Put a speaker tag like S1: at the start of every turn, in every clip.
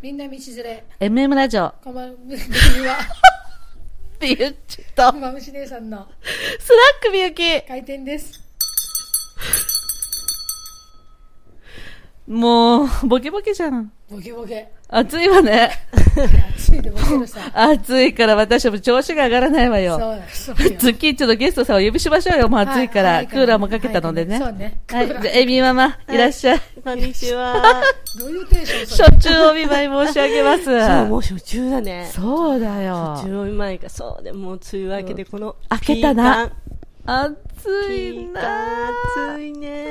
S1: みんな道連れ
S2: MM ラジオっ
S1: こん ばん組は
S2: て言っちゃった。
S1: まぶし姉さんの
S2: スラックみゆき
S1: 開店です
S2: もう、ボケボケじゃん。
S1: ボケボケ
S2: 暑いわね。
S1: 暑いでボケるさ
S2: 暑いから私たちも調子が上がらないわ
S1: そう
S2: よ。
S1: だそうよ
S2: ズッキーンチのゲストさんをお呼びしましょうよ。もう暑いから。
S1: は
S2: クーラーもかけたのでね。
S1: は
S2: はい
S1: そ
S2: い。
S1: うねク
S2: じ
S1: ー
S2: ゃ
S1: ラ
S2: あ
S1: ー、
S2: エミママ、いらっしゃい。
S3: こんに ちは。
S1: どういうテンション
S2: し
S1: そ
S2: ょ
S1: れ
S2: っちゅうお見舞い申し上げます。
S3: そう、もう初中だね。
S2: そうだよ。
S3: 初中前か、そうでもう梅雨明けでこの、
S2: 明けたな
S3: ピ
S2: 暑い
S3: ーカン。ピー
S2: な
S3: カン暑いね。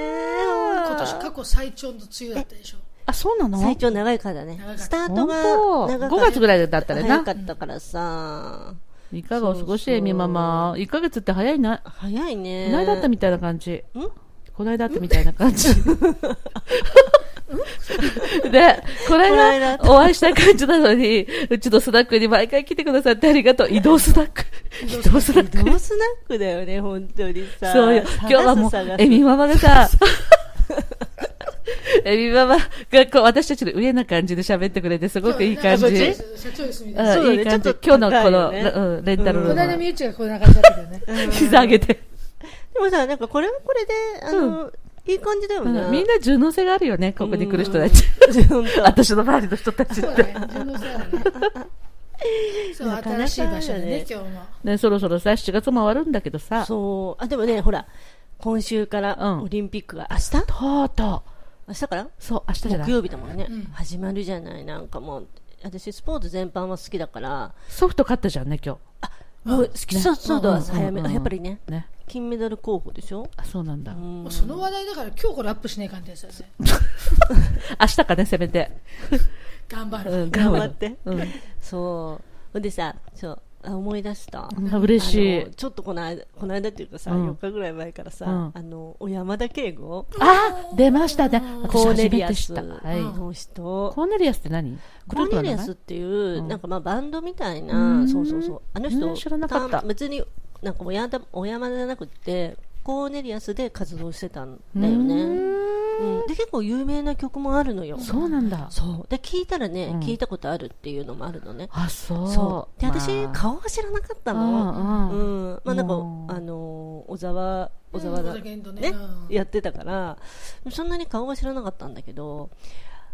S1: 今年過去最長の梅雨だったでしょ
S2: あ、そうなの
S3: 最長長いからだね
S1: 長かっ。た
S3: スター
S2: 本
S3: トが
S2: 当
S3: 長
S2: 5月ぐ
S3: い
S2: らいだったら
S3: 早
S2: な
S3: か。ったからさ。
S2: いかがお過ごし、
S3: そうそう
S2: エミママ。1ヶ月って早いな。
S3: 早いね。
S2: こないだあったみたいな感じ。こないだあったみたいな感じ。で、こない
S3: こないだあ
S2: だ
S3: った
S2: お会いした感じなのに、うちのスナックに毎回来てくださってありがとう。移動スナック。移動スナック。
S3: ノースナックだよね、本当にさ。
S2: そうよ。今日はもう
S3: 探す、
S2: エミ
S3: 探
S2: ママがさ、エミママがこう私たちの上な感じで喋ってくれて、すごくいい感じ。
S1: そううんね社長椅みたいな
S3: そうだね
S2: いい感
S3: ち
S2: じ
S3: ょっ。と
S2: 今日のこの、
S3: 高いよね
S2: うんレンタル
S3: う
S2: の
S3: ん
S1: この間身内がこんな感じだったけどね
S3: すう ん
S2: 膝上げて。
S3: でもさ、なんかこれはこれで、あの、いい感じだよ
S2: う
S3: ね。
S2: んみんな柔軟性があるよね、ここに来る人たち。
S3: 本 当
S2: 私の周りの人たち
S1: そう
S2: っ
S1: だ
S2: て。
S1: ね順応性あるねそう
S3: なかなかだ
S1: 新
S3: ね
S1: しい場所でね今日も
S2: ね、そろそろさ、7月も終わるんだけどさ、と
S3: そう。あ、でもね、ほら、今週から
S2: うん
S3: オリンピックが、明日
S2: うと
S3: 明日から
S2: う、そう、明日じゃな
S3: 木
S2: い。
S3: 曜日だもんね、
S1: うん
S3: 始まるじゃない、なんかもう、私、スポーツ全般は好きだから、
S2: ソフト勝ったじゃんね、今
S3: もう好き、
S2: 日。ね
S3: そうそうだ、
S2: んんん
S3: 早め、やっぱりね、
S2: ね。
S3: 金メダル候補でしょ、
S2: あ、そうなんだ。
S3: うん
S1: もうその話題だから今日これアップしない感じですよね
S2: 明日かね、せめて。
S1: 頑張
S2: う
S1: る
S2: ん
S3: 頑張って、
S2: うん。
S3: そう、ほんでさ、そうあ思い出した、
S2: あ嬉しい
S3: あの。ちょっとこの間、この間っていうかさ、
S2: うん
S3: 4日ぐらい前からさ、
S2: うん
S3: あのお山田圭吾、
S2: あ、出ましたね。私
S3: コー
S2: 初
S3: ネ
S2: め
S3: リア
S2: て
S3: ス
S2: 知った。はい。
S3: の人、
S2: コーネリアスって何グ
S3: コ
S2: ループ
S3: ー
S2: の
S3: ネ
S2: 名
S3: リア
S2: 前
S3: スっていう、
S2: ん
S3: なんかまあバンドみたいうな、
S2: ん
S3: そうそうそう、あの
S2: う
S3: 人、
S2: ん知らなかった
S3: ん別になんかおやだお山じゃなくて、コーネリアスで活動してたんだよね。うんで、結構有名な曲もあるのよ。
S2: そうなんだ。
S3: そうで、聞いたらね、
S2: うん
S3: 聞いたことあるっていうのもあるのね。
S2: あ、そう。
S3: そう。で、私、
S2: まあ
S3: 顔は知らなかったの。う
S2: うんうん
S3: ん。まあなんか
S2: うん、
S3: あのー、小沢、
S1: う
S3: 小
S1: ん
S3: 沢
S1: 小
S3: が
S1: 田健とね
S3: ね
S1: うん、
S3: やってたから、そんなに顔は知らなかったんだけど、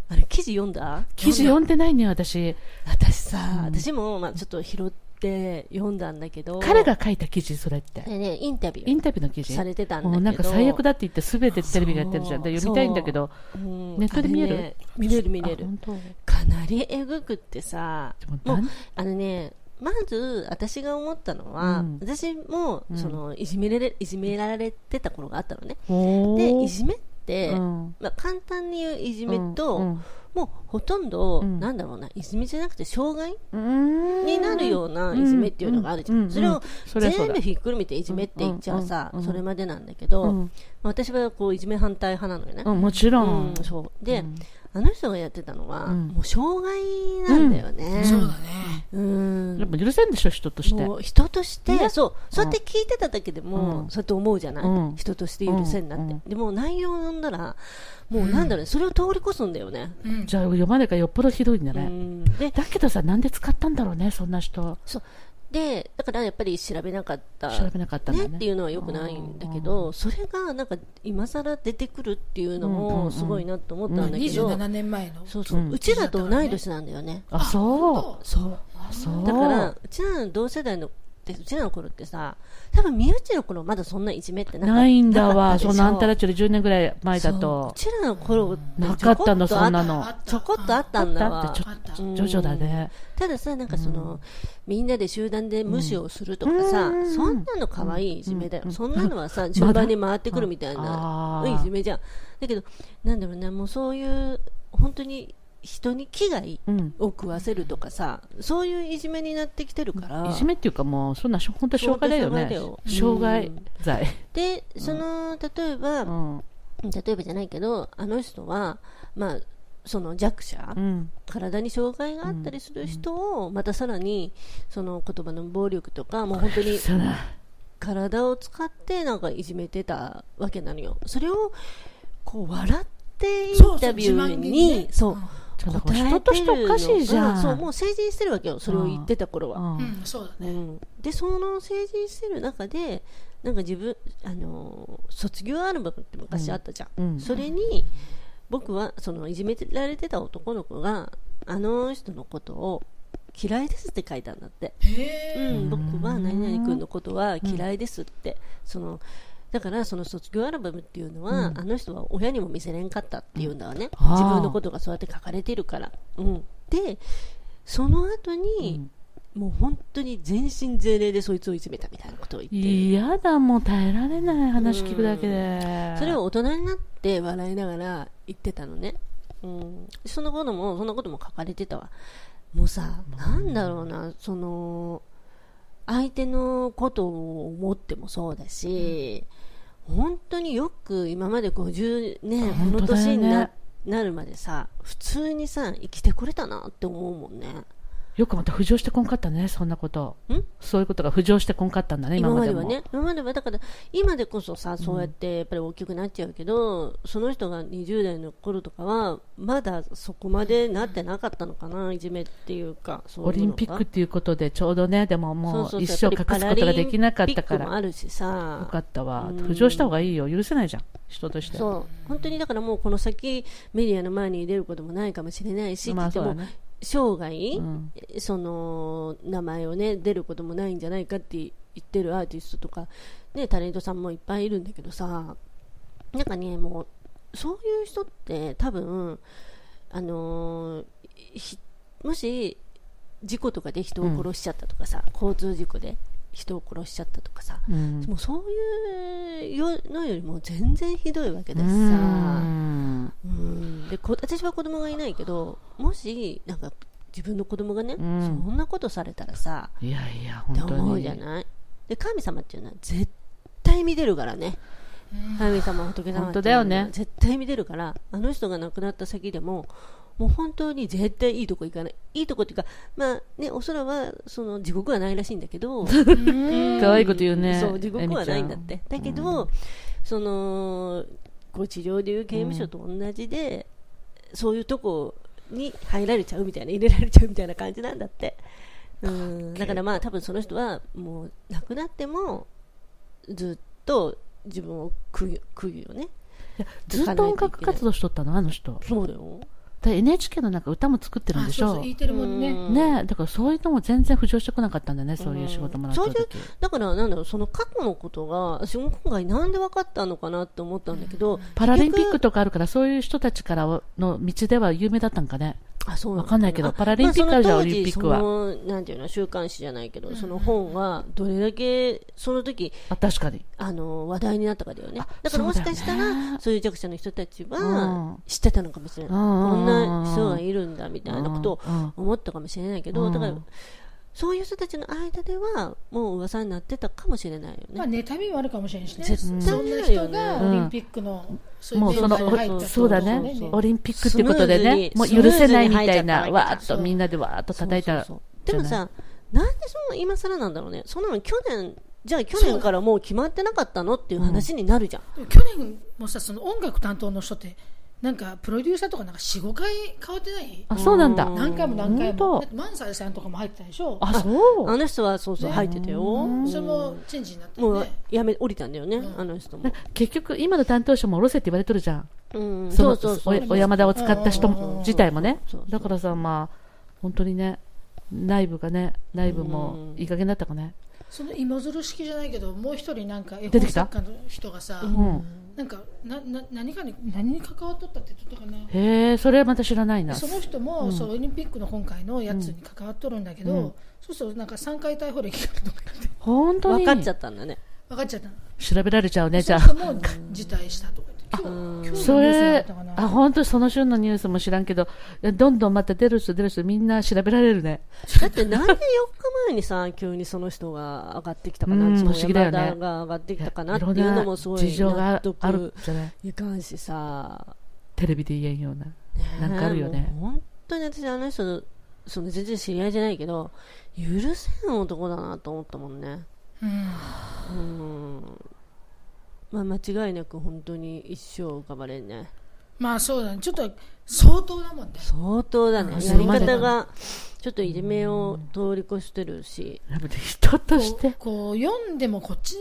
S3: あれ、記事読んだ
S2: 記事読んでないね、私。
S3: 私さ、私も、まあ、ちょっと拾って読んだんだけど
S2: 彼が書いた記事、それって。
S3: でねインタビュー
S2: インタビューの記事
S3: されてたんだけど
S2: もうなんか最悪だって言ってすべてテレビがやってるじゃん。
S3: そう
S2: で読みたいんだけど。
S3: うん
S2: ネットで見える
S3: あれね見れる見れ
S2: あ
S3: る
S2: 本当
S3: かなりえぐくってさ
S2: でもな
S3: もうんあのねまず私が思ったのは、
S2: うん
S3: 私も
S2: うん
S3: そのいじめられいじめられてた頃があったのね、
S2: お
S3: で
S2: ー
S3: いじめって、
S2: うん
S3: まあ、簡単に言ういじめと、
S2: うん
S3: もうほとんど、
S2: うん
S3: なんだろうないじめじゃなくて障害
S2: うん
S3: になるようないじめっていうのがあるじゃん、
S2: うんうん
S3: それを
S2: そりゃそう
S3: 全
S2: だ
S3: 部ひっくるめていじめって言っちゃうさ、
S2: うんうんうん
S3: それまでなんだけど、
S2: うん
S3: 私はこういじめ反対派なのよね、
S2: うん、もちろん。
S3: うんそうで、
S2: うん
S3: あの人がやってたのは、
S2: うん
S3: もう障害なんだよね、
S1: そうだね
S3: うん
S2: やっぱ許せんでしょ、人として。
S3: もう人として、
S2: ね
S3: そうそうやって聞いてただけでも、
S2: うん
S3: そうやって思うじゃない、
S2: うん
S3: 人として許せんなって、
S2: うん
S3: でも内容を読んだらもうなんだろうね、それを通り越すんだよね、
S1: うん
S2: じゃあ読まないからよっぽどひどいんだ
S3: う
S2: ね。
S3: ん、で
S2: だけどさ、なんで使ったんだろうね、そんな人。
S3: そうでだからやっぱり調べなかった
S2: 調べなかったんだ
S3: ね
S2: ね。
S3: っていうのはよくないんだけど、それがなんか今更出てくるっていうの
S2: うんうんうん
S3: もすごいなと思ったんだけど、
S1: 27年前の
S3: そうそう、
S2: うん
S3: うちらと同い年なんだよね。
S2: あ、そう。
S3: そう。
S2: あ、そう。
S3: だから、うちらの同世代の、でうちらの頃ってさ、多分、身内の頃まだそんないじめってなかった
S2: ないんだわ。そんなあんた
S3: ら
S2: らちより10年ぐらい前だと
S3: う。ちらの頃って
S2: なかったの、
S3: ちょ
S2: そん
S3: こっとあ
S2: なの。
S1: あった
S3: ちょこっとあったんだ
S2: あっ
S3: わ
S2: た。
S1: あった
S2: ちょ、徐々だね。
S3: たださ、なんかその、みんなで集団で無視をするとかさ、
S2: うん
S3: そんなの可愛いいじめだよ。
S2: うん
S3: そんなのはさ、順番に回ってくるみたいな
S2: あ、ー
S3: いじめじゃん。だけど、なんだろうな、もうそういう、本当に人に危害
S2: うん。
S3: を食わせるとかさ、そういういじめになってきてるから。
S2: いじめっていうかもう、そんな、本当障害だよね。障
S3: 障害だ
S2: 害
S3: ようん
S2: 罪。
S3: でその、例えば、
S2: うん。
S3: 例えばじゃないけどあの人は、まあ、その弱者、
S2: うん。
S3: 体に障害があったりする人を、またさらにその言葉の暴力とかもう本当に
S2: そうだ。
S3: 体を使ってなんかいじめてたわけなのよそれをこう笑ってインタビューにそう
S1: そうそう自慢げにね
S2: ちょっとこれ人としておかしいじゃん。
S3: うんそうもう成人してるわけよそれを言ってた頃は、
S2: う
S1: う
S2: ん
S1: ん、そうだね。
S3: うん、でその成人してる中でなんか自分、あのー卒業アルバムって昔あったじゃん、
S2: うん
S3: それに僕はそのいじめられてた男の子があの人のことを嫌いですって書いたんだって、
S1: へ
S3: う
S1: え。
S3: ん、僕は何々君のことは嫌いですって、そのだからその卒業アルバムっていうのは、あの人は親にも見せれんかったっていうんだわね、
S2: あー
S3: 自分のことがそうやって書かれてるから、うん、でその後に、もう本当に全身全霊でそいつをいじめたみたいなことを言ってる
S2: 嫌だ、もう耐えられない話聞くだけで。
S3: それを大人になって笑いながら言ってたのね、うん、そのこともそんなことも書かれてたわもうさ、なんだろうなその相手のことを思ってもそうだし、本当によく今まで50ね
S2: 本
S3: こ
S2: 当
S3: の
S2: だよね
S3: 年にな,、なるまでさ普通にさ生きてこれたなって思うもんね
S2: よくまた浮上してこんかったね、そんなこと。
S3: ん
S2: そういうことが浮上してこんかったんだね、今
S3: 今
S2: ま
S3: ま
S2: で
S3: で
S2: も。
S3: はね今まではだから今でこそさそうやってやっぱり大きくなっちゃうけど、その人が20代の頃とかはまだそこまでなってなかったのかないじめっていうかそう
S2: オ
S3: いう
S2: リ
S3: のが
S2: ンピックっていうことで、ちょうどね、でもも
S3: そうう
S2: 一
S3: そうそ
S2: 生
S3: う
S2: 隠すことができなかったか
S3: やぱりパラリンピックも
S2: ら。
S3: あるしさ
S2: よかったわ。
S3: うん
S2: 浮上した方がいいよ。許せないじゃん。人として。
S3: そう本当にだからもうこの先メディアの前に出ることもないかもしれないし、
S2: まあ
S3: で
S2: そう
S3: も
S2: だね。
S3: 生涯、
S2: うん
S3: その名前をね出ることもないんじゃないかって言ってるアーティストとか、ね、タレントさんもいっぱいいるんだけどさなんかねもうそういう人って多分あのーひもし事故とかで人を殺しちゃったとかさ、交通事故で人を殺しちゃったとかさ、
S2: うん
S3: もうそういうよのよりも全然ひどいわけだしさ。
S2: うん
S3: うんでこ私は子供がいないけどもしなんか自分の子供がね、
S2: ん
S3: そんなことされたらさ
S2: いやいや、
S3: って
S2: 本
S3: 思
S2: 当
S3: うじゃ
S2: に。
S3: ないで神様っていうのは絶対見てるからね神様仏様
S2: 本
S3: って
S2: 当
S3: いう
S2: だ
S3: のは
S2: よね
S3: 絶対見てるからあの人が亡くなった先でももう本当に絶対いいとこ行かないいいとこっていうかまあねお空はその地獄はないらしいんだけど
S2: 可愛いこと言うね。
S3: そう地獄はないんだっ
S2: エ
S3: て
S2: ミちゃ
S3: だけど、そのこう治療でいう刑務所と同じで、そういうとこに入られちゃうみたいな入れられちゃうみたいな感じなんだってうんだからまあ多分その人はもう亡くなってもずっと自分を食う食うよね
S2: ずっと音楽活動しとったの、あの人。
S3: そうだよ
S2: だ NHK のなんか歌も作ってるん
S1: あ、
S2: でし
S1: そうそ
S2: ょ
S1: う、言いてるもんね。
S2: ねだからそういうのも全然浮上してこなかったんだね、そういう仕事もらった
S3: そういう
S2: 時。
S3: だからなんだろうその過去のことが私も今回なんで分かったのかなって思ったんだけど
S2: パラリンピック
S3: 結
S2: とかあるから、そういう人たちからの道では有名だったんかね。
S3: 局あそうの
S2: わかんないけど
S3: あ
S2: パラリンピックあるじゃん
S3: まあ
S2: オリンピックは
S3: その当時そのなんていうの週刊誌じゃないけど、その本はどれだけその時
S2: あ、確かに。
S3: あの話題になったかだよねだか
S2: そうだ
S3: ら
S2: よ
S3: も
S2: ね
S3: しかしたらそういう弱者の人たち
S2: う
S3: は
S2: ん
S3: 知ってたのかもしれない、
S2: うん
S3: こんな人がいるんだみたいなことを
S2: うん
S3: 思ったかもしれないけど、
S2: うん
S3: だからそういう人たちの間ではもう噂になってたかもしれないよね、
S1: まあ、妬みもあるかもしれんしね。
S3: 絶対
S1: そんな人がオリンピックの、そう
S2: もう
S1: いうメ
S2: そ
S1: ンバーに入っ
S2: の、
S1: た
S2: そうだ
S1: って
S2: ね
S1: こと。
S2: オリンピックってことでね、
S3: ス
S2: も
S3: ム
S2: う
S3: ーズに
S2: 許せないみたいな、
S3: スムーズに入っちゃった
S2: わーっと
S1: そう
S2: みんなでわーっと叩いたら。
S3: そうそうそうでもさなんでその今更なんだろうねそんなの去年じゃあ去年からもう決まってなかったのっていう話になるじゃん、
S1: でも去年もさ、その音楽担当の人って、なんかプロデューサーとかなんか4、5回変わってない
S2: あ、そうなんだ。
S1: 何回も何回
S2: ほんと
S1: も。だってマンサイさんとかも入ってたでしょ。
S2: あ、そう。
S3: あの人はそうそう入ってたよ、
S1: それもチェンジになって
S3: も
S1: る
S3: う
S1: ね。
S3: やめ降りたんだよね、あの人も、
S2: 結局、今の担当者も下ろせって言われとるじゃん。
S3: うん、
S2: そ
S3: そう
S2: の
S3: そうそう
S2: おお山田を使った人
S1: うんうんうん
S2: も自体もね
S3: そうそうそう
S2: だからさまあ本当にね内部がね内部もいい加減だったかね
S1: その芋づる式じゃないけど、もう一人なんか絵
S2: 出て
S1: 本
S2: きた
S1: 作家の人がさ、
S2: うん
S1: なんかなな何かに何に関わっとったって言っとったかな。
S2: へえそれはまた知らないな
S1: その人も、そうオリンピックの今回のやつに関わっとるんだけど、そうするとなんか3回逮捕歴があるとか 言って
S2: 本当
S3: 分
S2: に
S3: かっちゃったんだね
S1: 分かっちゃったの
S2: 調べられちゃうねじゃ
S1: そ
S2: あ
S1: の人も辞退したとか言って今日今日の
S2: そ
S1: ニュースだっ
S2: れ
S1: たかな
S2: あ本当その瞬のニュースも知らんけどいやどんどんまた出る人出る人みんな調べられるね
S3: だってなんで4日前にさ急にその人が上がってきたか
S2: う
S3: なんその
S2: 不思議だよね
S3: 山田が上がってきたかなってい
S2: いろ
S3: うんの
S2: な
S3: もすご
S2: 事
S3: い
S2: 情
S3: 納
S2: がある
S3: 得
S2: じゃない
S3: いかんしさ
S2: テレビで言えんようななんかあるよね
S3: えもう本当に私あの人のその全然知り合いじゃないけど許せん男だなと思ったもんね
S1: うん
S3: うんまあ間違いなく本当に一生浮かばれんね
S1: まあそうだねちょっと相当だもんね
S3: 相当だね
S2: うん
S3: やり方がちょっといじめを通り越してるし、
S2: やっぱり人とし
S1: こう
S2: て。
S1: こう読んでもこっち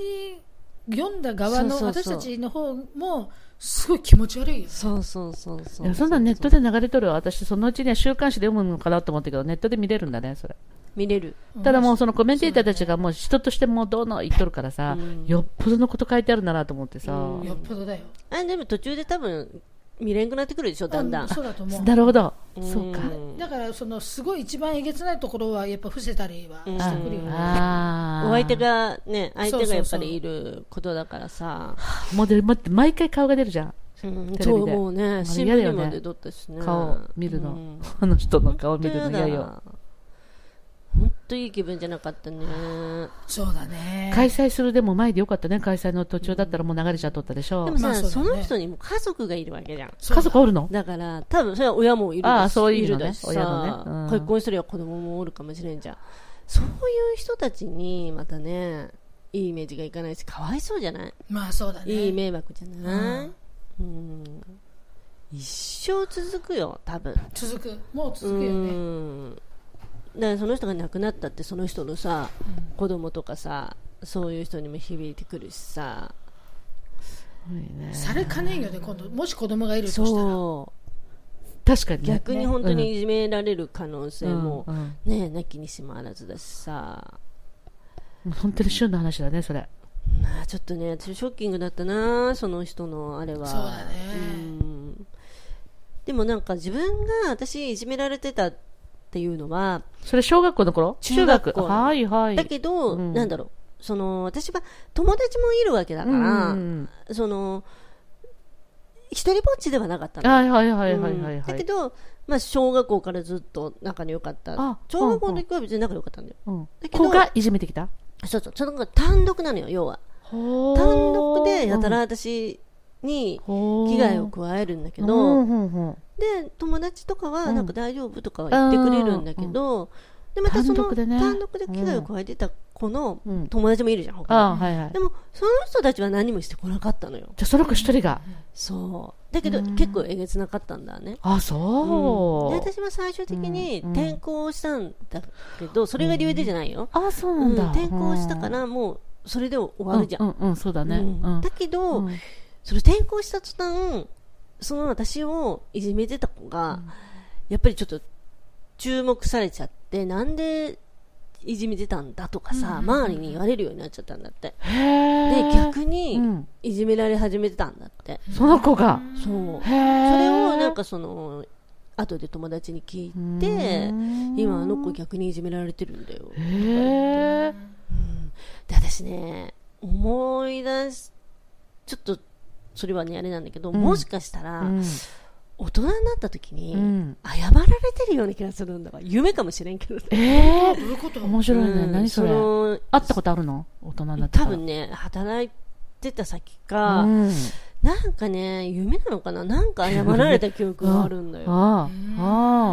S1: 読んだ側の
S3: そうそうそ
S1: 私た
S3: う
S1: ちの方もすごい気持ち悪いよ
S3: そうそうそうそう
S2: いやそんなんネットで流れとるわ私、そのうちね、週刊誌で読むのかなと思ったけど、ネットで見れるんだね、それ。
S3: 見れる
S2: ただもう、そのコメンテーターたちがもう人としてもうどうの言っとるからさ、よっぽどのこと書いてあるんだなと思ってさ、
S1: よっぽどだよ
S3: あでも途中で多分見れんくなってくるでしょだんだ
S1: うんんそうだと思う
S2: なるほど、そうか。
S1: だからそのすごい一番えげつないところはやっぱ伏せたりは
S3: うん
S1: してくるよね
S2: あー
S3: お相手がね相手がやっ
S1: そ
S3: ぱ
S1: うそうそう
S3: りいることだからさ
S2: もうで待って毎回顔が出るじゃん、
S3: うん
S2: テレビで
S3: そうもうね
S2: れ
S3: 新
S2: 嫌だ
S3: 聞
S2: よ
S3: に
S2: ね
S3: まで撮ったしね
S2: 顔見るの、
S3: うん
S2: あの人の顔
S3: 本当
S2: 見るの嫌
S3: やだ
S2: よ
S3: な本当いい気分じゃなかったね
S1: そうだね
S2: 開催するでも前でよかったね開催の途中だったらもう流れちゃっとったでしょ
S3: でも
S1: まあ
S3: さ
S1: そうだね
S3: その人にも家族がいるわけじゃん
S1: そう
S2: 家
S1: だ
S2: 族おるの
S3: だから多分それは親もいるだし
S2: ああそういうのね
S3: だしさ
S2: 親のねうん
S3: 結婚してるよ子供もおるかもしれんじゃんそういう人たちにまたねいいイメージがいかないしかわいそうじゃない
S1: まあそうだね
S3: いい迷惑じゃない、うん一生続くよ多分
S1: 続くもう続
S3: う
S1: くよね
S3: んだからその人が亡くなったってその人のさ、子供とかさそういう人にも響いてくるしさ
S1: されかねえよね今度もし子供がいるとしたら
S3: そ
S2: 確かに
S3: う
S2: ね
S3: 逆に本当にいじめられる可能性
S2: うん
S3: も、
S2: うん
S3: ねえなきにしもあらずだしさ
S2: うん本当に旬の話だねそれ
S3: まあちょっとね私ショッキングだったなその人のあれは
S1: そうだね
S3: うんでもなんか自分が私いじめられてたっていうのは
S2: それ小学校の頃
S3: 中学校
S2: はいはい
S3: だけど、
S2: うん
S3: なんだろうその私は友達もいるわけだか
S2: うん
S3: ら、
S2: うん
S3: その一人ぼっちではなかった
S2: うん
S3: の、
S2: はいはいはいはいは
S3: う
S2: い
S3: ん
S2: は
S3: だ
S2: い
S3: けど、まあ、小学校からずっと仲の良かった
S2: あ
S3: 小学校の時は別に仲良かったんだよ、
S2: うん
S3: だけど
S2: 子がいじめてきた
S3: そうそうその子が単独なのよ要は
S2: 単
S3: 単独でやたら私に危
S2: 危
S3: 害を加えるんだけど、
S2: うんうんうんうん
S3: で友達とかは
S2: うん
S3: なんか大丈夫とかは言ってくれるんだけど、でまたそ
S2: 単
S3: の
S2: 独でね
S3: 単独で危害を加えてた子の
S2: うん
S3: 友達もいるじゃん、他に
S2: ああはいはい
S3: でもその人たちは何もしてこなかったのよ
S2: じゃあその子一人が
S3: そうだけど結構えげつなかったんだね、
S2: ああ
S3: うん
S2: そう
S3: で私は最終的に
S2: うん
S3: 転校したんだけどそれが理由でじゃないよ、
S2: ああそう
S3: う
S2: なんんだ
S3: 転校したからもうそれで終わるじゃん、
S2: うんうんうんそうだね
S3: うん
S2: うん
S3: だけど、
S2: うん
S3: その転校した途端その私をいじめてた子が、やっぱりちょっと注目されちゃってなんでいじめてたんだとかさ、周りに言われるようになっちゃったんだって
S2: へ
S3: で
S2: え
S3: 逆
S2: う
S3: に
S2: ん
S3: いじめられ始めてたんだって、
S2: その子が
S3: そ
S2: へ
S3: うそ
S2: そ
S3: れをなんかその後で友達に聞いて今あの子逆にいじめられてるんだよ
S2: へえ
S3: で私ね思い出しちょっとそれはねあれなんだけど、
S2: うん
S3: もしかしたら大人になった時に、
S2: うん
S3: 謝られてるような気がするんだわ夢かもしれんけどね
S2: え
S1: どういうこと
S2: 面白いね
S3: うん
S2: 何それ
S3: の
S2: 会ったことあるの大人になって
S3: 多
S2: から
S3: 分ね働いてた先か、
S2: うん
S3: なんかね夢なのかななんか謝られた記憶があるんだよ
S2: ああ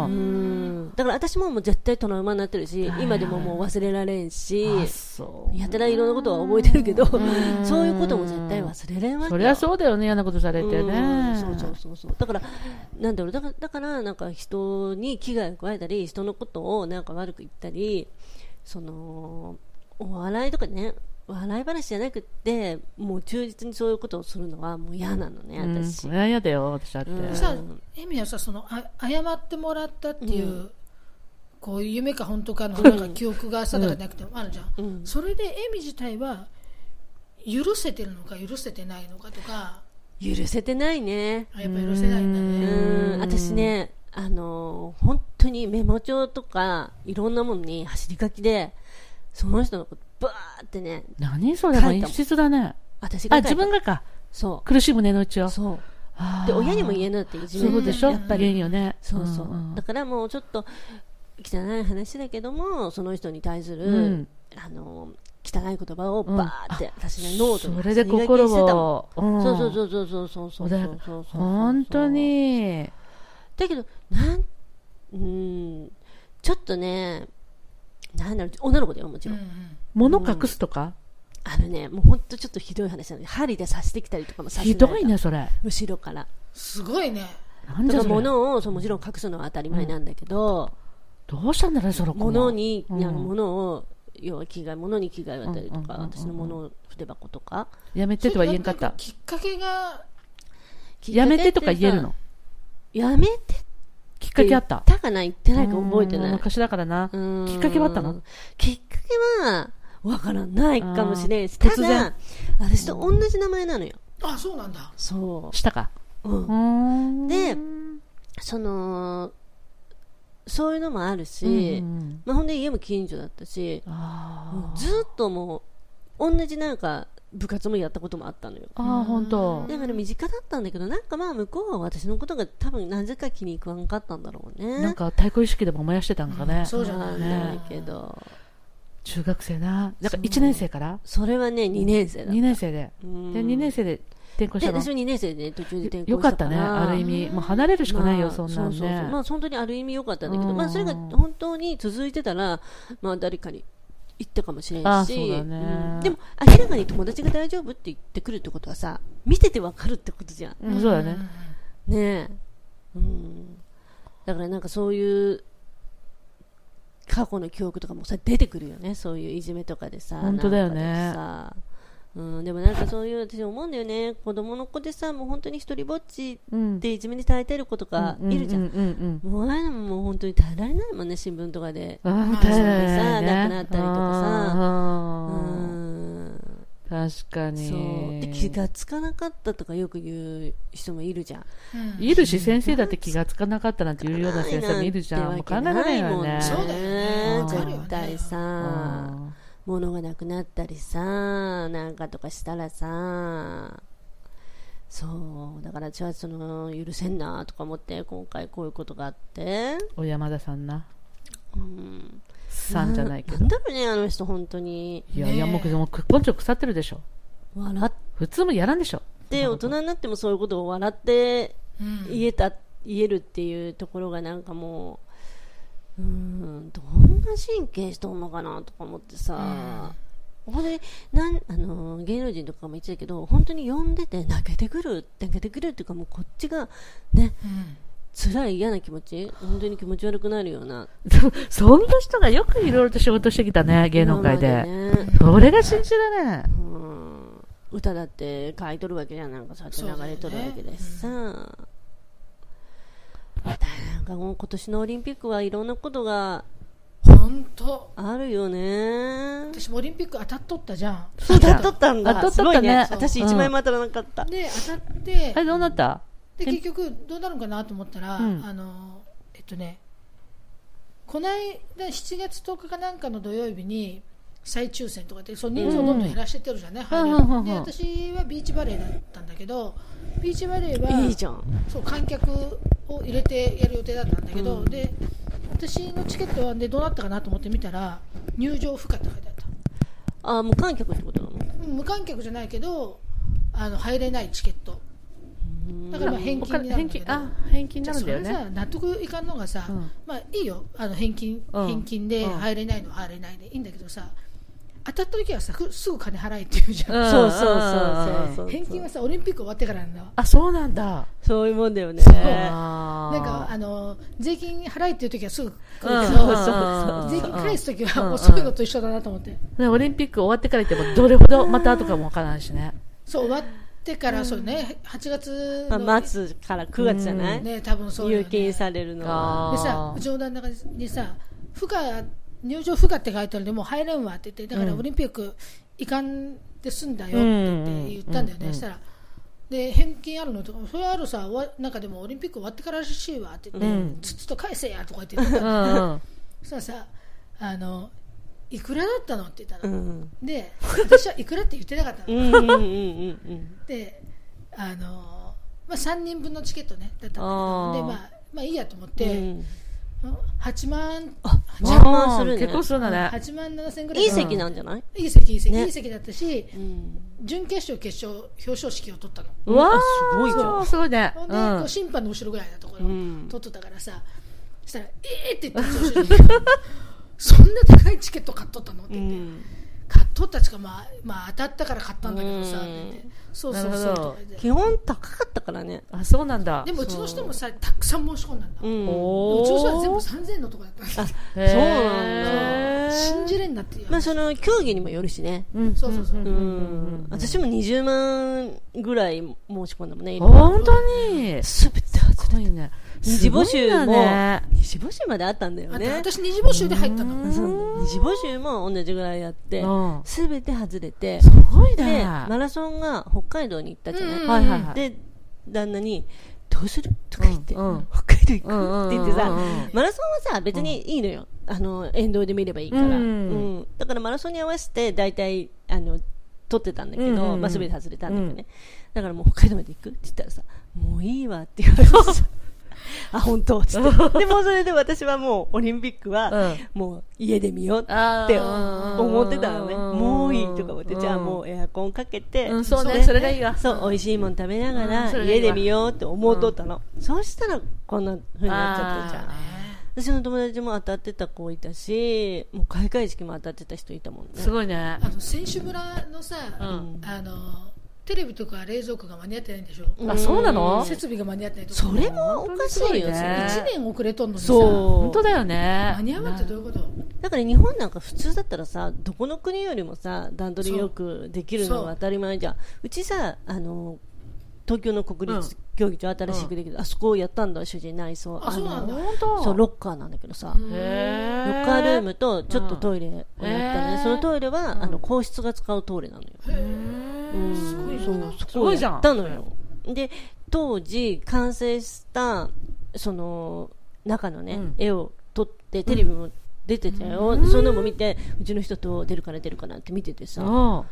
S2: ああ
S3: うんだから私ももう絶対トラウマになってるし、今でももう忘れられんし、
S2: あそう
S3: やたらいろんなことは覚えてるけど、 そういうことも絶対忘れれんわけよ
S2: そりゃそうだよね嫌なことされて
S3: うん
S2: ね
S3: そうそうそうそうだからなんだろうだからだからなんか人に危害を加えたり人のことをなんか悪く言ったりそのお笑いとかね笑い話じゃなくってもう忠実にそういうことをするのはもう嫌なのね
S2: うん
S3: 私、
S2: そりゃ嫌だよ私だって
S3: うん
S1: さエミはさそのあ謝ってもらったっていう、こういう夢か本当かのなんか記憶が定かじゃなくてもあるじゃん、
S3: うん
S1: それでエミ自体は許せてるのか許せてないのかとか
S3: 許せてないね
S1: あやっぱ許せないんだね
S3: うん私ねあのー本当にメモ帳とかいろんなものに走り書きでその人のことバーってね
S2: 何それも
S3: 書いた
S2: 演
S3: もん
S2: 出だね
S3: 私が
S2: あ
S3: 書いた
S2: 自分がか
S3: そ
S2: 苦しい胸の内を
S3: うそう
S2: あー
S3: で親にも言えないっていじめ
S2: そうでしょ
S3: や
S2: や
S3: っ
S2: っ
S3: ぱ
S2: ぱ
S3: り
S2: りよね
S3: そうそう、
S2: んん
S3: だからもうちょっと汚い話だけどもその人に対する、
S2: うん
S3: あの汚い言葉をバーって、私ねノート
S2: そ
S3: に
S2: れで心をうん
S3: そうそうそうそうそうそうそうそう
S2: 穏や
S3: そ
S2: か
S3: うそうそう
S2: 本当に
S3: だけどなんうんちょっとねなんだろう女の子だよもち
S1: うん
S3: ろ、
S1: うんん
S2: 物隠すとか
S3: あのねもう本当ちょっとひどい話なので針で刺してきたりとかもさせら
S2: ひ
S3: れた
S2: どいね、それ。
S3: 後ろから
S1: すごいね
S2: なんじ
S3: だ
S2: ゃ
S3: から
S2: それ。ど
S3: 物をそうもちろん隠すのは当たり前なんだけど、
S2: うしたんだろう、その子も
S3: 物に、
S2: うん
S3: あの物を要は着替え物に着替えを与えるとか、
S2: うんうんうんうん
S3: 私の物を筆箱とか
S2: やめてとは言えんかった。
S1: きっかけが
S2: やめてとか言える
S3: きっ
S2: の。
S3: けってさやめてって
S2: きっかけあった。
S3: 言ったかな言ってないか覚えてない
S2: うん昔だからな。
S3: うん
S2: きっかけはあったの
S3: きっかけはわからんないかもしれんし
S2: あー
S3: ただ私と同じ名前なのよ
S1: あそうなんだ
S3: そ
S2: したか。
S3: う、うん
S2: うーん
S3: でそのそういうのもあるし、
S2: うんうん
S3: まあ、ほんで家も近所だったし
S2: あー
S3: ずーっともう同じなんか部活もやったこともあったのよ
S2: あー、ほんと。
S3: だから身近だったんだけどなんかまあ向こうは私のことが多分なぜか気に食わんかったんだろうね
S2: なんか対抗意識でも燃やしてたんかね。
S1: そうじゃない
S3: わかんないけど
S2: 中学生な。だから1年生から
S3: それはね2年生だ
S2: ?2 年生で。で、2年
S3: 生
S2: 生で転校し
S3: で
S2: たの
S3: 私は2年生で途中で転校した
S2: よかったね、
S3: ら
S2: ある意味。もう離れるしかないよ、そんなん
S3: そうそうそうま
S2: ね。
S3: あ本当にある意味良かったんだけど、
S2: うん
S3: まあそれが本当に続いてたら、まあ誰かに言ったかもしれんし、
S2: あそうだね
S3: うんでも明らかに友達が大丈夫って言ってくるってことはさ、見ててわかるってことじゃん。
S2: うんそうだね。
S3: ねえ。うん。だからなんかそういう、過去の記憶とかもさ出てくるよねそういういじめとかでさ
S2: 本当だよね
S3: なんかでさ、うん、でもなんかそういう私思うんだよね子供の子でさもう本当に一人ぼっち
S2: うん。
S3: でいじめに耐えてる子とかいるじゃん
S2: うんうんうん
S3: もうああいうのももう本当に耐えられないもんね新聞とかで
S2: うん。あ
S1: ま
S2: あ、
S1: あ
S2: 耐えられ
S3: そ
S2: な
S3: うさ
S2: いね。
S3: 亡くなったりとかさう
S2: さ。
S3: ん
S2: 確かに。
S3: そうで気がつかなかったとかよく言う人もいるじゃん
S1: うん
S2: いるし、先生だって気がつかなかったなんて言うような先生もいるじゃん。もう考えられないよね。
S1: そうだよね
S3: 絶対
S2: う
S3: さ
S2: ん
S3: 物がなくなったりさなんかとかしたらさそうだから私はその許せんなとか思って今回こういうことがあって
S2: お山田さんな。
S3: うん
S2: さんじゃないけ
S3: な
S2: ど
S3: ん。だろうねあの人本当に
S2: いや
S1: ねえ
S2: いや、もう、もう、根性腐ってるでしょ。
S3: 笑っ
S2: 普通もやらんでしょ。
S3: て大人になってもそういうことを笑って
S1: うん
S3: 言えた言えるっていうところがなんかもううーんどんな神経しとんのかなとか思ってさ、ほんでなんあのー芸能人とかも言ってたけど本当に呼んでて泣けてくる泣けてくるっていうかもうこっちがね
S1: うん
S3: 辛い嫌な気持ち本当に気持ち悪くなるような
S2: そんな人がよくいろいろと仕事してきたね、芸能界
S3: 今ま
S2: で。
S3: ね
S2: それが信じられ ない。
S3: うん歌だって書いとるわけじゃんなんかそうやって流れとるわけでさ、なんかもう今年のオリンピックはいろんなことが
S1: 本当
S3: あるよね
S1: 私もオリンピック当たっとったじゃん
S2: そうだ
S3: 当たっとったんだ
S2: 当たっとったね
S3: すごいね
S2: そう
S3: 私一枚も当たらなかった、
S1: で当たっ
S2: あれ
S1: て
S2: どうなった
S1: で結局どうなるのかなと思ったら、
S2: うん
S1: あのえっとねこの間7月10日かなんかの土曜日に再抽選とかってその人数をどんどん減らしてってるじゃんね、入れる
S2: うんうんうんうん
S1: で私はビーチバレーだったんだけどビーチバレー
S3: いい
S1: は
S3: じゃん
S1: そう観客を入れてやる予定だったんだけど、
S3: うん
S1: で私のチケットはでどうなったかなと思って見たら入場不可って書いてあった
S3: あ無観客ってことなの
S1: うん無観客じゃないけどあの入れないチケットだからまあ返
S2: お
S1: 金になるん
S2: 金返
S1: だけ
S2: 金
S1: ど、
S2: あ、返金
S1: じ
S2: にな
S1: ゃあ
S2: るん
S1: そ
S2: だよ
S1: れ
S2: ね。
S1: さ納得いかんのがさ、
S2: うん
S1: まあいいよあの返金、
S2: うん
S1: 返金で
S2: うん
S1: 入れないのは入れないでいいんだけどさ当たった時はさふすぐ金払えって言うじゃん、
S2: うん
S3: そうそうそうそうそう
S1: 返金はさオリンピック終わってからなんだわ
S2: あ、そうなんだ。
S3: そういうもんだよね
S2: あー
S1: なんかあの税金払えっていう時はすぐ来るけど、
S2: うんうん
S1: 税金返す時
S2: うん
S1: はもうそういうのと一緒だなと思って、
S2: ねオリンピック終わってから行っても、どれほどまた後かもわからないしね。
S1: そう終わってから、そうね8月の、
S3: まあ、末から9月じゃない、
S1: ね多分そうよ
S3: 入
S1: ね
S3: 金されるのは
S1: でさ冗談の中にさ負荷入場不可って書いてあるんでもう入れんわって言ってだから
S2: うん
S1: オリンピック行かんで済んだよって言って
S2: うんうんうん
S1: 言ったんだよね、
S2: うん
S1: したらで返金あるのとかそれあるさわなんかでもオリンピック終わってかららしいわって言って、
S2: うん
S1: つっつと返せやとか言って
S2: うんうん。
S1: そしたらさあのいくらだったのって言った
S3: う
S1: の、
S3: ん
S1: で私はいくらって言ってなかった
S3: う
S1: の、
S3: んうんうんうん
S1: であの、まあ、3人分のチケットねだったんだけど
S2: あー
S1: で、まあ、まあいいやと思っ
S3: う
S1: て、
S3: ん
S1: 8万
S3: 邪魔するね
S2: 結婚するんだね。
S1: 8万7千ぐらい
S3: いい
S1: かな
S3: 席なんじゃない、
S1: いい席いい席、
S3: ね
S1: いい席だったし
S3: うん
S1: 準決勝決勝表彰式を取ったの
S2: うわ
S3: あ
S2: ー
S3: すごいじゃん
S2: すごいね。
S1: ほん
S2: う
S1: で、
S2: ん
S1: こう審判の後ろぐらいのところ
S3: うん
S1: を取っとったからさ、そしたら「えー!」って言ったのそんな高いチケット買っとったのって
S3: う
S1: 言って、
S3: ん
S1: 買っ取ったしか、まあまあ、当たったから買ったんだけどさ、
S3: うん
S1: って言ってそうそう
S2: な
S1: そ
S2: る
S1: う
S2: ほど
S1: とか言って
S3: 基本高かったからね
S2: あ、そうなんだ。
S1: でもうちの人もさたくさん申し込んだんだ、う
S3: う
S1: ち
S3: ん
S2: おー
S1: の人は全部3000のとこだったんだ
S2: へー
S3: そうな
S1: 信
S3: ん
S1: じれんなっていう、
S3: まあその競技にもよるしね
S2: うん
S1: そうそうそう
S2: うん
S3: うん私も20万ぐらい申し込んだもんね
S2: 本当に。す
S3: すべて外
S2: ごいね。
S3: 二次募集
S2: すごいん
S3: も
S2: だね。
S3: 二次募集まであったんだよ
S1: あ
S3: ね
S1: と私二次募集で入ったんだも
S2: うんん
S3: そうなんだ二次募集も同じぐらいやって
S2: うん
S3: すべて外れて
S2: すごい
S3: で
S2: ね。
S3: マラソンが北海道に行ったじゃない、
S1: うん
S2: はいはいはい。
S3: で旦那に「どうする?」とか言って、
S2: うんうん
S3: 北海道
S2: うんうんう
S3: 行
S2: ん
S3: く?」って言ってさ、
S2: うん
S3: マラソンはさ別にいいのよ、あの沿道で見ればいいから、
S2: う
S3: うんんだからマラソンに合わせて大体あの撮ってたんだけど、
S2: うんうんうん
S3: まあ、全て外れたんだけどね、だからもう北海道まで行くって言ったらさ「もういいわ」って言われてさ あ本当っ つってでもうそれで私はもうオリンピックは
S2: うん
S3: もう家で見ようって
S2: あー
S3: って思ってたのね、
S2: うん
S3: もういいとか思って、
S2: うん
S3: じゃあもうエアコンかけて、
S2: うんそうねそれがいいわ
S3: そう美味しいもん食べなが
S2: うん
S3: ら
S2: それがいい
S3: 家
S2: わ
S3: で見ようって思うとったの、そうしたらこんな風になっちゃったじゃん私の友達も当たってた子いたしもう開会式も当たってた人いたもんね
S2: すごいね。
S1: あと選手村のさ、
S2: うん
S1: あのテレビとか冷蔵庫が間に合ってないんでしょ、
S3: ん
S2: あ、そうなの
S1: 設備が間に合ってないとか
S3: それもおかしいよ
S2: 本当にそうね
S1: 1年遅れとんのにさ
S3: そう
S2: 本当だよね
S1: 間。に合わんってどういうこと
S3: だから日本なんか普通だったらさどこの国よりもさ段取りよくできるの
S1: そう
S3: が当たり前じゃんうちさあの東京の国立競技場新しくできた、あそこをやったんだ主人内装
S1: あそうなんだ
S3: の
S2: 本当。
S3: そうロッカーなんだけどさ、
S2: へ
S3: ロッカールームとちょっとトイレをやったの
S2: う
S3: ね、
S2: ん
S3: そのトイレは、あの皇室が使うトイレなのよ、うん
S1: すごいな
S3: そうそ
S2: す
S3: こ
S2: ご
S3: を
S2: いじゃん
S3: やったのよで当時完成したその中のね、
S2: うん
S3: 絵を撮ってテレビも出てたよ、そういうのも見てうちの人と出るから出るかなって見てて
S2: う
S3: さ、
S2: ん。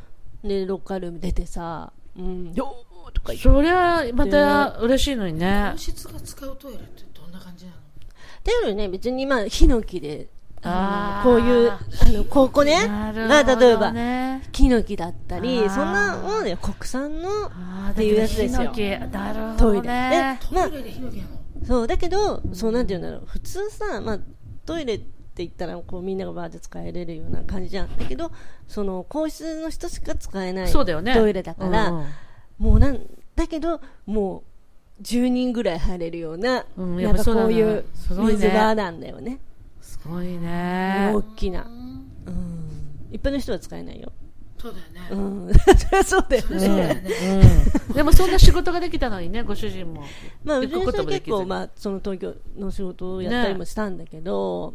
S3: でロッカールーム出てさ「うん、よー」とか言って
S2: そりゃ、また嬉しいのにね
S1: 皇。室が使うトイレってどんな感じなの
S3: だよりね別にまあヒノキで
S2: あー
S3: こういうあのここね
S2: なる
S3: が
S2: ほど
S3: 例えば
S2: ね。
S3: ヒノキだった
S2: あ
S3: り
S2: ー
S3: そんなもので国産の
S2: あー
S3: っていうやつですよ
S2: ヒノキなるほ
S3: ト
S2: ど
S3: イレ、
S2: ね。
S3: でまあ
S1: トイレでヒノキなの
S3: そうだけど、そうなんていうんだろう普通さ、まあ、トイレって言ったらこうみんながバーって使えれるような感じじゃんだけどその皇室の人しか使えない
S2: そうだよね。
S3: トイレだから、
S2: うん
S3: もうなんだけどもう10人ぐらい入れるような,、
S2: うんやっ
S3: なん
S2: ぱ
S3: か
S2: そうだ
S3: こ
S2: ね
S3: ういう
S2: すごいね
S3: 水場なんだよね
S2: すごいね
S3: 大。きな、うん、一般の人は使えないよ、
S1: そうだよね、
S3: うん そりゃそうだよね、
S1: そうだよね、
S2: うんでもそんな仕事ができたのにね、ご主人も。
S3: まあ、う
S2: 行
S3: ち
S2: くこ
S3: の
S2: と
S3: 人
S2: も
S3: は
S2: でき
S3: 結
S2: ず
S3: 構、まあ、その東京の仕事をやったりもしたんだけど、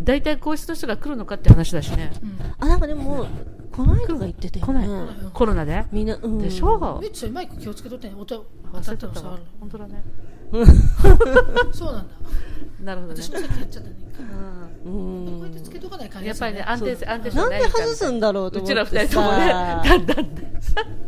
S2: 大体皇室の人が来るのかって話だしね。
S3: あなんかでもこの間が言ってたよ
S2: 来
S3: ね
S2: ない、コロナで
S3: みんな、うん、
S2: でしょ
S1: みっちゃんマイク気をつけとってね音当
S2: 忘
S1: た
S2: れ
S1: ってた
S2: た
S1: の触
S2: わ
S1: る
S2: 本当だね。
S1: のそうなんだ
S2: なるほどね
S1: 私。もさっきやっちゃったね
S3: う
S1: こうんやってつけとかない感じ
S2: やっぱりね、安定性、安定性
S3: なん
S2: ない
S3: で外すんだろうと
S2: う
S3: 思
S2: ち
S3: っ
S2: ら二
S3: て
S2: 人ともね、
S3: さ
S2: だんだんね。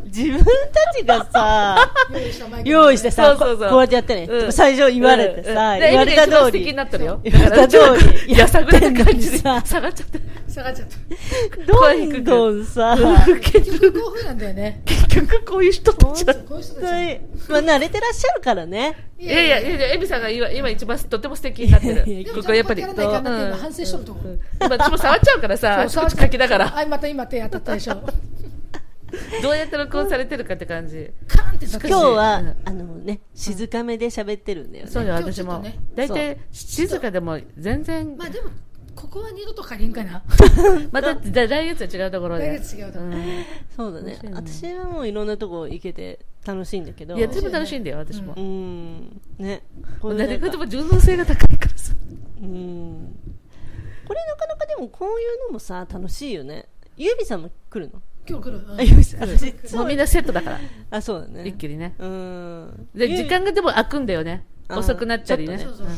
S3: 自分たちが さ
S1: 用意したマイク
S3: 用意してさ
S2: そうそうそう
S3: ここうやってやってね、
S2: うん
S3: 最初言われてさ、
S2: うんうん
S3: 言われた通
S2: でエミが一番素敵に
S3: り
S2: なったのよ。
S3: 言われた通り
S2: やさぐれた感じで
S3: やってんのにさ
S2: 下がっちゃって。
S1: 下がっちゃった
S3: どんどん さ
S1: 結局こういう風なんだよね
S2: 結局こういう人たちだ。
S1: こういう人たち
S3: 本当にまあ慣れてらっしゃるからね
S2: いやいやいやいや、エミさんが今今一番とても素敵になって
S3: いや
S2: る。
S3: い
S1: でも
S2: ここやっぱり。
S1: ち
S2: う
S1: ゃ
S2: ん
S1: んとやらないかなって今反省しとるところ
S2: 今私も触っちゃ うからさ、あち
S1: そう
S2: こちかきだから、
S1: あまた今手当たったで しょ
S2: どうやって録音されてるかって感じ。
S1: カーンって今
S3: 今日は、
S2: うん
S3: あのね静かめで喋ってるんだよね、
S2: そうよ、
S1: 今日ち
S2: 私
S1: ょっと
S2: も
S1: ね。
S2: 大体、静かでも全然、
S1: まあでもここは二度と借りんかな
S2: また だ来月は違うところで。
S1: 来月違うとこ
S2: ん
S3: そうだね私はもういろんなとこ行けて楽しいんだけど
S2: いや、全部楽しいんだよ、私も
S3: う。んねこういうな
S2: 何
S3: んか
S2: 事も柔軟性が高いからさ。
S3: うんこれなかなかでもこういうのもさ楽しいよねゆうびさんも来るの
S1: 今日来る、うん
S3: あゆうびさん私
S2: もうみんなセットだから、
S3: あそうだね
S2: 一気にね。
S3: うん
S2: で、
S3: ゆ
S2: 時
S3: う
S2: 間がでも空くんだよね。
S3: あー
S2: 遅くなったりね
S3: ちょ。
S1: そうそう、
S3: ま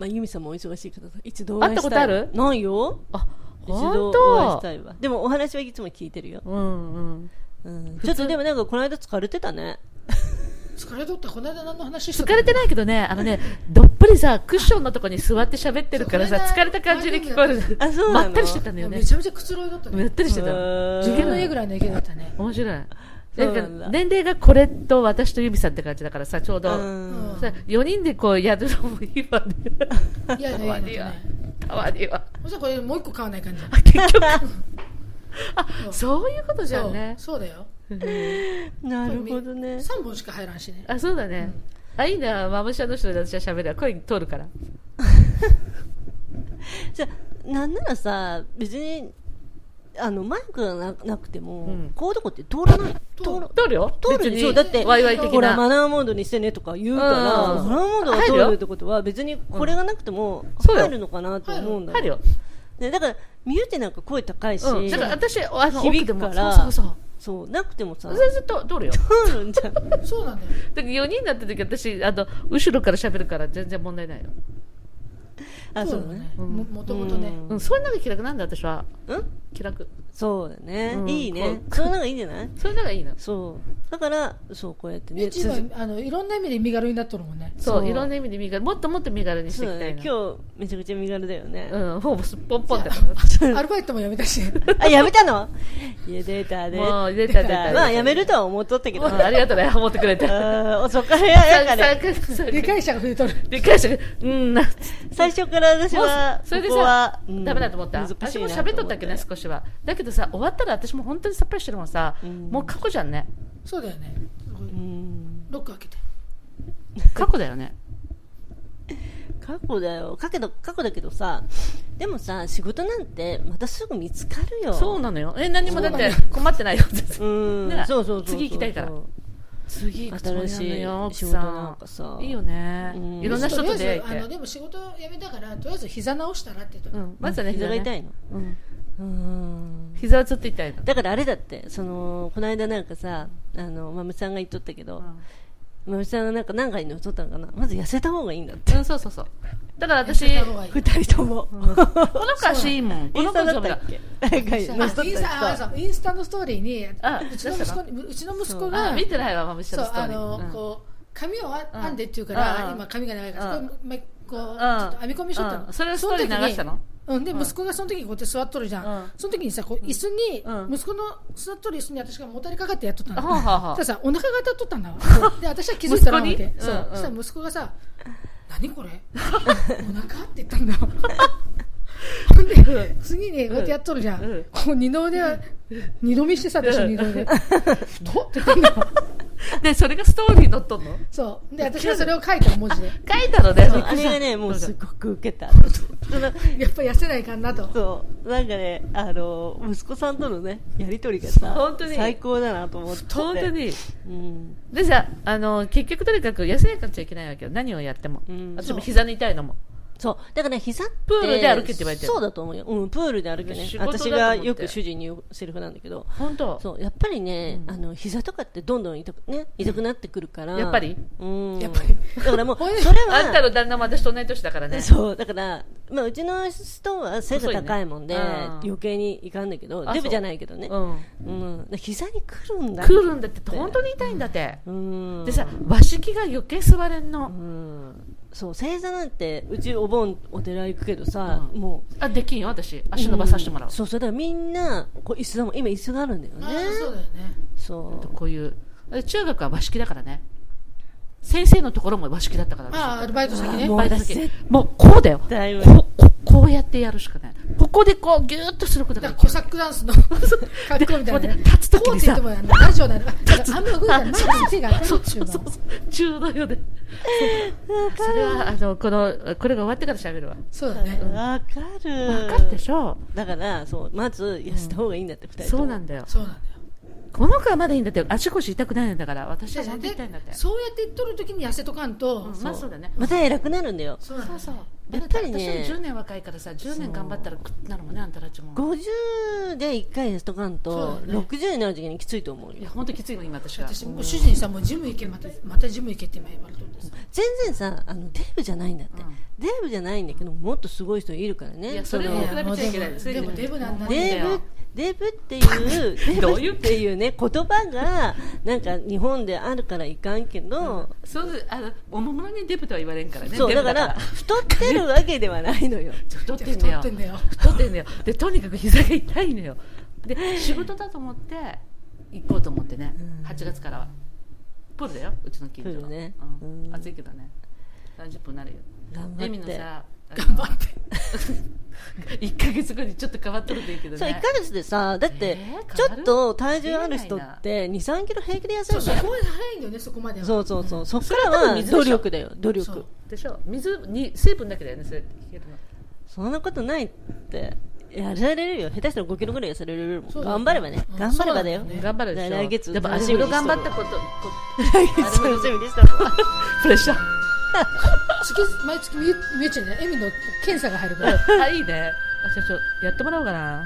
S3: あゆうびさんもお忙しい方だ一度お
S2: 会っ
S3: 会い
S2: た
S3: し
S2: ことあ
S3: たい
S2: る
S3: ないよ
S2: あ、
S3: 一度
S2: 本
S3: お会いし
S2: 当
S3: たいわでもお話はいつも聞いてるよ、
S2: うんうん。
S3: うん、
S2: 通
S3: ちょっとでもなんかこの間疲れてたね
S1: 疲れとったこの間何の話して
S2: 疲れてないけどね、あのね、どっぷりさ、クッションのとこに座って喋ってるからさ、
S1: そう
S2: 疲れた感じに聞こえる。
S3: あそうな
S2: ま
S3: の
S2: ったりしてたんだよね
S1: め。ちゃめちゃくつろいだった
S2: まっ
S1: ね
S2: たりしてたの。
S3: うん
S1: 自分の家ぐらいの家だったね
S2: 面白い。
S3: そう
S2: な
S3: なん
S2: か
S3: んだ
S2: 年齢がこれと私とユミさんって感じだからさ、ちょうど。
S3: うん
S2: さ4人でこうやるのもいいわ ね。
S1: いやいやいやいやいや
S2: たまには。
S1: そしたらこれもう一個買わない感じ
S2: 結局。そういうことじゃんね。
S1: そうそうだよ
S3: なるほどね
S1: 3本しか入らんしね
S2: あ、そうだね。あ、いいな、マムシャの人で私は喋るわ。声に通るから。
S3: じゃあなんならさ別にあのマイクがななくても、
S2: うん
S3: こういうとこって通らない
S1: 通る
S2: 通るよ。
S3: 通
S2: 別
S3: るで
S2: に
S3: しょだって
S2: ワイワイ的
S3: ほら
S2: な。
S3: マナーモードにしてねとか言うから
S2: うん
S3: マナーモードが
S2: 入る
S3: 通
S2: よ
S3: るってことは別にこれがなくても
S2: そうよ
S3: 入るのかなと思うんだ
S2: 入る
S3: よ、
S2: よ。
S3: ね、だからミューってなんか声高いし、
S2: うん。だから私、あの、
S3: 響
S2: 響
S3: く
S2: く
S3: か
S2: からら。そうそう
S3: そうなくてもさ
S2: そう。全然と通るよ。
S3: 通るんじゃん
S1: そうなんだよ
S2: だ4人になった時私、あの、後ろから喋るから全然問題ないよ。
S3: あそうだね
S1: も
S2: うん
S1: もともとね
S2: うん、そういうのが気楽なんだ私は。
S3: うん
S2: 気楽。
S3: そうだね、
S2: うん
S3: いいね
S2: こう
S3: そういうのがいいんじゃない
S2: そういうのがいいの。
S3: そうだからそうこうやってね
S1: 一
S3: 続
S1: 番あのいろんな意味で身軽になっとるもんね
S2: そう
S3: そう
S2: いろんな意味で身軽もっともっと身軽にして
S3: そ
S2: いうき
S3: だ
S2: たい
S3: ね
S2: な
S3: 今日めちゃくちゃ身軽だよね、
S2: うんほぼすっぽんぽんだか
S1: アルバイトもやめた し
S3: あやめたのいや出た
S2: ら
S3: で
S2: もう出た出た
S3: まあやめるとは思っとった け
S2: う
S3: ど
S2: んありがとうね思ってくれて
S3: うんそっからやだから
S1: 理
S2: 理
S1: 解者が増えとる
S2: 理解者がうんな
S3: 最初から私
S2: もう
S3: は
S2: それで
S3: ここは
S2: さ、
S3: うん
S2: ダメだと思った
S3: 難しいな
S2: 私も喋っとったっけね
S3: と
S2: 少
S3: 思
S2: しはだけどさ終わったら私も本当にさっぱりしてるもんさ
S3: うん
S2: もう過去じゃん ね
S1: そうだよね
S3: うん
S1: ロック開けて
S2: 過去だよね
S3: 過去だよ過去だ過去だけどさでもさ仕事なんてまたすぐ見つかるよ
S2: そうなのよえ何もだって
S1: そう
S2: 困ってないよ
S3: うん
S2: ね
S3: そうそうそうそう
S2: 次行きたいから次行くつも
S3: 新
S2: りなの
S3: しい
S2: よ奥さ
S3: 仕事なんかさ
S2: いいよね
S3: うん
S2: いろんな人と出会え
S1: とりあえずあの
S2: て
S1: でも仕事辞めたからとりあえず膝直したらって言っと
S2: う
S1: る
S2: んまずはね
S3: 膝が
S2: ね
S3: 痛いの
S2: うん
S3: うん
S2: 膝はずっと痛いの
S3: だからあれだってそのこの間なんかさあのマムさんが言っとったけど、まむさんがなんか何回に乗っとったのかなまず痩せた方がいいんだって
S2: うん、そうそうそう。だから私、
S1: 痩せた方
S2: こ
S1: がいい
S3: 二人とも、
S2: の子足いいもん。こ
S3: イン
S2: の
S3: ス
S2: 子
S3: タだ
S2: 丈
S3: っ
S2: 夫
S3: た
S2: だ
S3: っ。け何回乗っと
S1: あ
S3: っ
S1: インスタあ
S3: た
S1: そうインスタのストーリーに
S2: あ
S1: うちの息子にうちの息子
S2: あ
S1: が
S2: 見てないわ、まぶし
S1: そ
S2: の
S1: う
S2: スト
S1: あ
S2: ーリー。
S1: の
S2: うん
S1: こう髪をあ
S2: うん
S1: 編んでっていうか
S2: う
S1: ら
S2: ん
S1: 今髪が長いから
S2: うん
S1: こうまこうちょ
S2: うん
S1: っと編み込みしとった
S2: うん
S1: の
S2: それをストーリー
S1: の時に
S2: 流したの
S1: うんで
S2: うん
S1: 息子がその時にこうやって座っとるじゃ
S2: うんん
S1: その時にさこう椅子
S2: うん
S1: に息子の座っとる椅子に私がもたれかかってやっとったの
S2: はあはあはあ
S1: たださお腹が当たっとった んだわで私は気づいたら思って
S2: 息子
S1: そ
S2: にうん
S1: うそ
S2: うん
S1: したら息子がさ何これお腹って言ったんだわほんで次にこうやってやっとるじゃん、
S2: うん
S1: こう二度で二度見してさ私は
S2: うん
S1: 二度でどうって言ったんだわ
S2: で、それがストーリーに載っとんの
S1: そうで私はそれを書いた文字で
S2: 書いたのね、
S3: そうあれがねもうす
S2: そ
S3: ごく受け た
S1: やっぱ痩せないかんなと
S3: そうなんかねあの息子さんとのねやりとりがさ
S2: 本当に
S3: 最高だなと思ってて
S2: 本当に。
S3: うん
S2: でさ、あの、結局とにかく痩せなくちゃいけないわけよ。何をやっても
S3: う。ん
S2: 私も膝の痛いのも。
S3: そうだからね膝って
S2: プールで歩けって言われてる
S3: そうだと思うよ、うん、プールで歩けね
S2: 仕事だと思
S3: 私
S2: って
S3: がよく主人に言うセリフなんだけど
S2: 本当。
S3: そうやっぱりね、
S2: うん
S3: あの膝とかってどんどん痛く,、ね、痛くなってくるから、
S2: やっぱり
S3: うん
S1: やっぱり
S3: だ からもう
S1: ほいで
S3: それは
S2: あんたの旦那も私と同い年だからね。
S3: そうだから、まあ、うちの人は背が高いもんで、
S2: 細いねうん
S3: 余計にいかんだけど
S2: あ
S3: デブじゃないけどね、
S2: うん。
S3: うんだから膝にくるんだ
S2: 来るんだって、本当に痛いんだって。
S3: うん
S2: でさ、和式が余計座れん
S3: う
S2: の。
S3: んそう正座なんてうちお盆お寺行くけどさ、
S2: うん
S3: もう
S2: あ、できんよ、私。足伸ばさせてもら
S3: んそうそうだからみんなこう椅子だもん今椅子があるんだよ
S1: あ
S3: ね
S1: ーそうだよね
S3: そう
S2: う。こういう。で中学は和式だからね。先生のところも和式だったから。
S1: ああアルバイト先
S3: あ
S1: ね
S3: もう
S2: バイト先
S3: 絶
S2: もうこうだよ。こ
S3: だいぶ
S2: うこうこうやってやるしかない。ここでこう、ぎゅーっとすること
S1: だ
S2: が
S1: からコ
S2: でき
S1: サ
S2: る
S1: ッ。クダンスの格好みたいなね
S2: 待って立つ時
S1: こうっ
S2: に
S1: て言
S2: さ
S1: ってもやんなラジオなのかあんま動いたら前に手が当た
S2: そ
S1: る
S2: う
S1: っちゅ
S2: そううそ
S1: の
S2: う中のようで。そうそれは、あの、この、これが終わってから喋るわ。
S1: そうだね
S3: わかる
S2: わかるでしょ
S3: だからそうまず痩せた方がいいんだって、二人とも
S2: そうなんだよ。
S1: そうなんだよ
S2: この子はまだいいんだって、足腰痛くないんだから、私は本当に痛いんだって
S1: で。そうやって言っとる時に痩せとかんと、
S2: うんまあそうだね。
S3: また偉くなるんだよ
S1: そうなんだ
S2: そ
S1: よ
S2: うそう。
S3: やっぱりね
S2: だって私より10年若いからさ、10年頑張ったらくっなるもんね、あんたたちも。
S3: 50で1回痩せとかんと、
S1: そうだね
S3: 60になる時にきついと思う
S2: い
S3: よ
S2: や、本当きついの、今私は。
S1: 私もう主人にさもうジム行けまたまたジム行けって今言われとるんです
S3: 全然さあのデブじゃないんだって、
S2: うん
S3: デブじゃないんだけどもっとすごい人いるからね
S2: いやそれ
S3: の
S2: を比べちゃいけない
S1: いや
S2: それ
S1: でもデブなんだね
S3: デ
S2: だ
S3: ブ
S2: よ
S3: デブっていうデ
S2: どう
S3: ブ
S2: いう
S3: っていうね言葉がなんか日本であるからいかんけど、
S2: そうあのおもむろにデブとは言われんからね
S3: そう
S2: デ
S3: だ
S2: ブ
S3: から太ってるわけではないのよ
S2: 太ってんだ
S1: 太
S2: よ
S1: ってんだよ
S2: 太ってんだよでとにかく膝が痛いのよで仕事だと思って行こうと思ってね
S3: うん
S2: 8月からはプールだようちの近所
S3: プー
S2: の、
S3: ルね
S2: うん
S3: うん
S2: 暑いけどね30分なるよ
S3: 頑
S2: エミ
S3: 張っ
S2: の
S3: て
S2: さ
S1: 頑張って
S2: 1ヶ月後にちょっと変わってるといいけどね
S3: そう1ヶ月でさだって
S2: えー
S3: ちょっと体
S2: 変
S3: 重
S2: わ
S3: あ
S2: る
S3: る人って2 3キロ平気で痩せ
S1: そ
S3: る
S1: う
S3: じ
S1: そ
S3: ゃん
S1: こまで早いんだよねそこまでは
S3: そうそうそうそっから
S2: それは多分
S3: は
S2: 水でしょ
S3: 努力だよ努
S1: そ
S3: 力
S1: う
S2: でしょ水に水分だけだよねそれって聞けるの
S3: そんなことないってやられるよ下手したら5キロぐらい痩せられるもん、
S1: そうだよ
S3: 頑張ればね
S1: うん
S3: 頑張ればだよ
S1: そうだよ ね
S2: 頑張るでしょ
S3: 来月
S2: でも足裏頑張ったことこ
S3: 来月楽しみにしてる
S2: プレッシャー
S1: 月毎月みゆみゆちゃんねエミの検査が入るから
S2: あいいねあちょちょやってもらおうかな